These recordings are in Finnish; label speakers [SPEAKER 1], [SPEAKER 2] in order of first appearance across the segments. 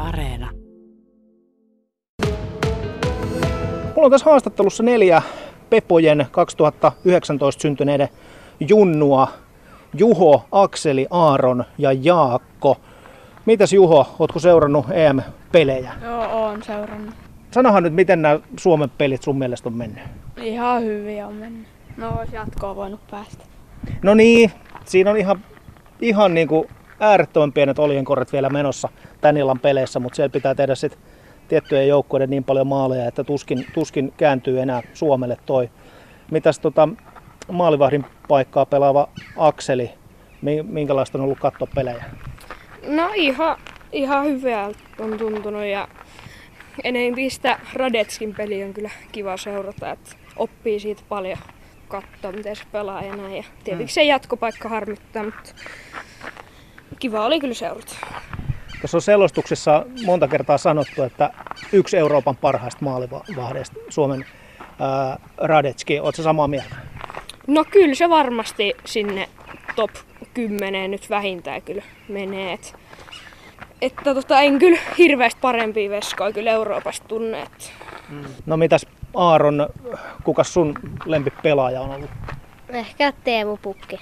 [SPEAKER 1] Areena.
[SPEAKER 2] Mulla on tässä haastattelussa neljä Pepojen 2019 syntyneiden junnua. Juho, Akseli, Aaron ja Jaakko. Mitäs Juho, ootko seurannut EM-pelejä?
[SPEAKER 3] Joo, oon seurannut.
[SPEAKER 2] Sanohan nyt, miten nämä Suomen pelit sun mielestä on mennyt.
[SPEAKER 3] Ihan hyvin on mennyt. No, olisi jatkoa voinut päästä.
[SPEAKER 2] No niin, siinä on ihan, ihan niin kuin äärettömän pienet oljenkorret vielä menossa tän illan peleissä, mutta siellä pitää tehdä sitten tiettyjen joukkueiden niin paljon maaleja, että tuskin, tuskin kääntyy enää Suomelle toi. Mitäs tota maalivahdin paikkaa pelaava Akseli, mi- minkälaista on ollut katsoa pelejä?
[SPEAKER 3] No, ihan, ihan hyvältä on tuntunut ja enempistä Radetskin peli on kyllä kiva seurata, että oppii siitä paljon katsoa, miten se pelaa ja näin. Ja tietenkin se jatkopaikka harmittaa, mutta kiva oli kyllä seurata.
[SPEAKER 2] Tuossa on selostuksessa monta kertaa sanottu, että yksi Euroopan parhaista maalivahdeista Suomen ää, Radetski. Oletko samaa mieltä?
[SPEAKER 3] No kyllä se varmasti sinne top 10 nyt vähintään kyllä menee. Et, että tota, en kyllä hirveästi parempia veskoja kyllä Euroopasta tunne. Et.
[SPEAKER 2] No mitäs Aaron, kuka sun lempipelaaja on ollut?
[SPEAKER 4] Ehkä Teemu Pukki.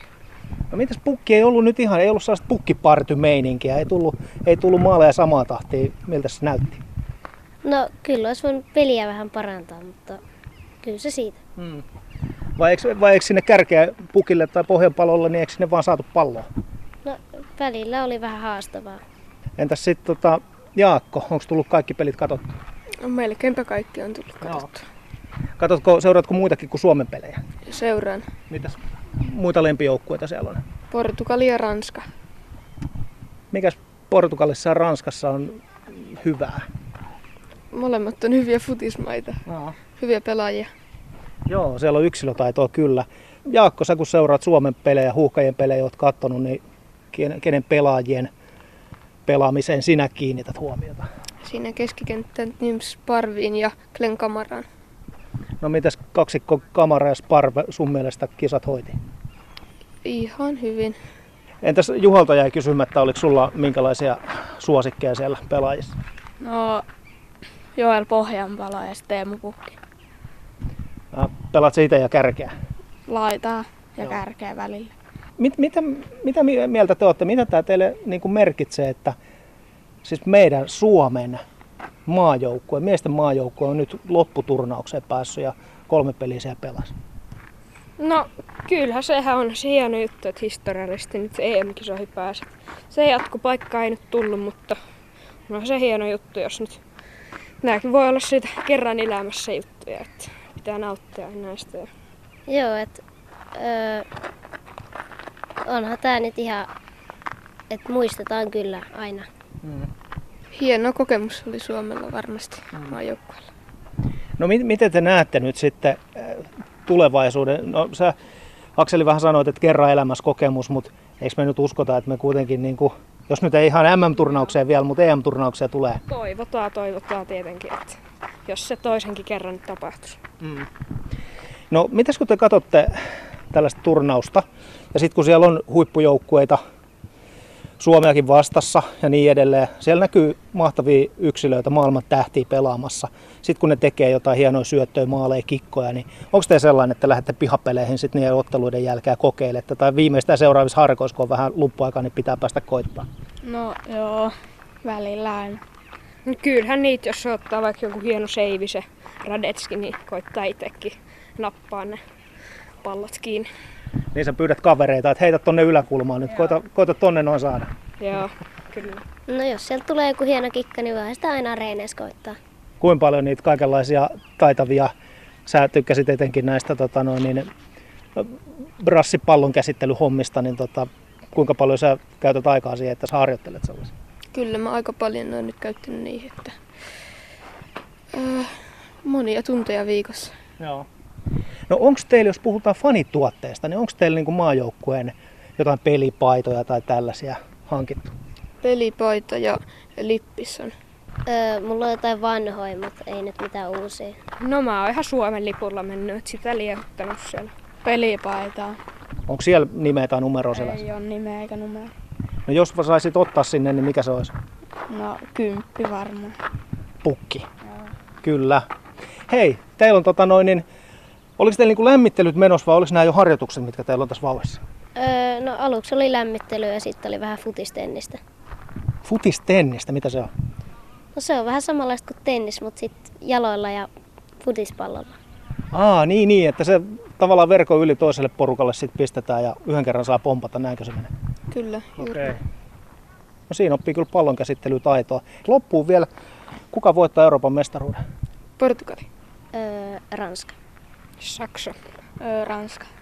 [SPEAKER 2] No mitäs pukki ei ollut nyt ihan, ei ollut sellaista pukkipartymeininkiä, ei tullut, ei tullut maaleja samaa tahtia, miltä se näytti.
[SPEAKER 4] No kyllä olisi voinut peliä vähän parantaa, mutta kyllä se siitä.
[SPEAKER 2] Mm. Vai, eikö, vai eikö sinne kärkeä pukille tai pohjanpalolle, niin eikö sinne vaan saatu palloa?
[SPEAKER 4] No välillä oli vähän haastavaa.
[SPEAKER 2] Entäs sitten tota, Jaakko, onko tullut kaikki pelit katsottu?
[SPEAKER 5] No, melkeinpä kaikki on tullut katsottua.
[SPEAKER 2] Katsotko, seuraatko muitakin kuin Suomen pelejä?
[SPEAKER 5] Seuraan
[SPEAKER 2] Mitäs muita lempijoukkueita siellä on?
[SPEAKER 5] Portugali ja Ranska.
[SPEAKER 2] Mikäs Portugalissa ja Ranskassa on hyvää?
[SPEAKER 5] Molemmat on hyviä futismaita,
[SPEAKER 2] No.
[SPEAKER 5] hyviä pelaajia.
[SPEAKER 2] Joo, siellä on yksilötaitoa kyllä. Jaakko, sä kun seuraat Suomen pelejä, huuhkajien pelejä, oot kattonut, niin ken- kenen pelaajien pelaamiseen sinä kiinnität huomiota?
[SPEAKER 5] Siinä keskikenttän Nims Parviin ja Glenn Kamaran.
[SPEAKER 2] No mitäs kaksikko Kamara ja Sparve sun mielestä kisat hoiti?
[SPEAKER 5] Ihan hyvin.
[SPEAKER 2] Entäs Juhalta jäi kysymättä, oliko sulla minkälaisia suosikkeja siellä pelaajissa?
[SPEAKER 3] No, Joel Pohjanpalo ja sitten Teemu Pukki
[SPEAKER 2] Ää, Äh, Pelaat siitä ja kärkeä.
[SPEAKER 3] laitaa ja Joo. kärkeä välillä.
[SPEAKER 2] Mit, mitä, mitä mi- mieltä te olette? Mitä tämä teille niin kuin merkitsee, että siis meidän Suomen maajoukkue, miesten maajoukkue on nyt lopputurnaukseen päässyt ja kolme peliä siellä pelasi.
[SPEAKER 3] No, kyllähän sehän on se hieno juttu, että historiallisesti nyt EM-kisoihin pääset. Se jatkopaikka ei nyt tullut, mutta no se hieno juttu, jos nyt... Nämäkin voi olla siitä kerran elämässä juttuja, että pitää nauttia näistä. ja
[SPEAKER 4] Joo, että öö, onhan tää nyt ihan, että muistetaan kyllä aina.
[SPEAKER 5] Hieno kokemus oli Suomella varmasti
[SPEAKER 3] Mm.
[SPEAKER 5] maajoukkueella.
[SPEAKER 2] No mit, miten te näette nyt sitten äh, tulevaisuuden? No sä Akseli vähän sanoit, että kerran elämässä kokemus, mutta eikö me nyt uskota, että me kuitenkin, niin kuin, jos nyt ei ihan MM-turnaukseen vielä, mutta EM-turnaukseen tulee.
[SPEAKER 3] Toivotaan, toivotaan tietenkin, että jos se toisenkin kerran nyt tapahtuisi.
[SPEAKER 2] Mm. No, mitäs kun te katsotte tällaista turnausta, ja sitten kun siellä on huippujoukkueita, Suomeakin vastassa ja niin edelleen, siellä näkyy mahtavia yksilöitä, maailman tähtiä pelaamassa. Sitten kun ne tekee jotain hienoja syöttöjä, maaleja, kikkoja, niin onko te sellainen, että lähdette pihapeleihin sitten niiden otteluiden jälkeen ja kokeilette, tai viimeistään seuraavissa harkoissa, kun on vähän luppuaikaa, niin pitää päästä koittaa?
[SPEAKER 3] No joo, välillä aina. No, kyllähän niitä, jos se ottaa vaikka joku hieno seivi se Radetski, niin koittaa itsekin nappaa ne pallot kiinni.
[SPEAKER 2] Niin sä pyydät kavereita, että heitä tonne yläkulmaan nyt, koita, koita tonne noin saada.
[SPEAKER 3] Joo, kyllä.
[SPEAKER 4] No jos sieltä tulee joku hieno kikka, niin voi sitä aina reenes koittaa.
[SPEAKER 2] kuinka paljon niitä kaikenlaisia taitavia, sä tykkäsit etenkin näistä tota noin, niin, brassipallon käsittelyhommista, niin tota, kuinka paljon sä käytät aikaa siihen, että sä harjoittelet sellaisia?
[SPEAKER 5] Kyllä mä aika paljon olen nyt käyttänyt niihin, että öö, monia tunteja viikossa.
[SPEAKER 2] Joo. No onko teillä, jos puhutaan fanituotteista, niin onko teillä niinku maajoukkueen jotain pelipaitoja tai tällaisia hankittu?
[SPEAKER 5] Pelipaita ja lippis on.
[SPEAKER 4] Öö, mulla on jotain vanhoja, mutta ei nyt mitään uusia.
[SPEAKER 3] No mä oon ihan Suomen lipulla mennyt, et sitä liehuttanut siellä.
[SPEAKER 5] Pelipaitaa.
[SPEAKER 2] Onko siellä nimeä tai numeroa sellaisia?
[SPEAKER 3] Ei ole nimeä eikä numeroa.
[SPEAKER 2] No jos sä saisit ottaa sinne, niin mikä se olisi?
[SPEAKER 5] No kymppi varmaan.
[SPEAKER 2] Pukki. Kyllä. Hei, teillä on tota noin, niin, oliko teillä niin lämmittelyt menossa vai oliko nämä jo harjoitukset, mitkä teillä on tässä vauvassa?
[SPEAKER 4] Öö, no aluksi oli lämmittely ja sitten oli vähän futistennistä.
[SPEAKER 2] Futistennistä, mitä se on?
[SPEAKER 4] No se on vähän samanlaista kuin tennis, mutta sitten jaloilla ja futispallolla.
[SPEAKER 2] Aa, niin, niin, että se tavallaan verko yli toiselle porukalle sitten pistetään ja yhden kerran saa pompata, näinkö se menee?
[SPEAKER 5] Kyllä. juuri
[SPEAKER 2] Okei. No siinä oppii kyllä pallon käsittelytaitoa. Loppuun vielä, kuka voittaa Euroopan mestaruuden?
[SPEAKER 4] э,
[SPEAKER 5] Portugali.
[SPEAKER 4] Öö, Ranska.
[SPEAKER 3] Saksa.
[SPEAKER 5] Öö, Ranska.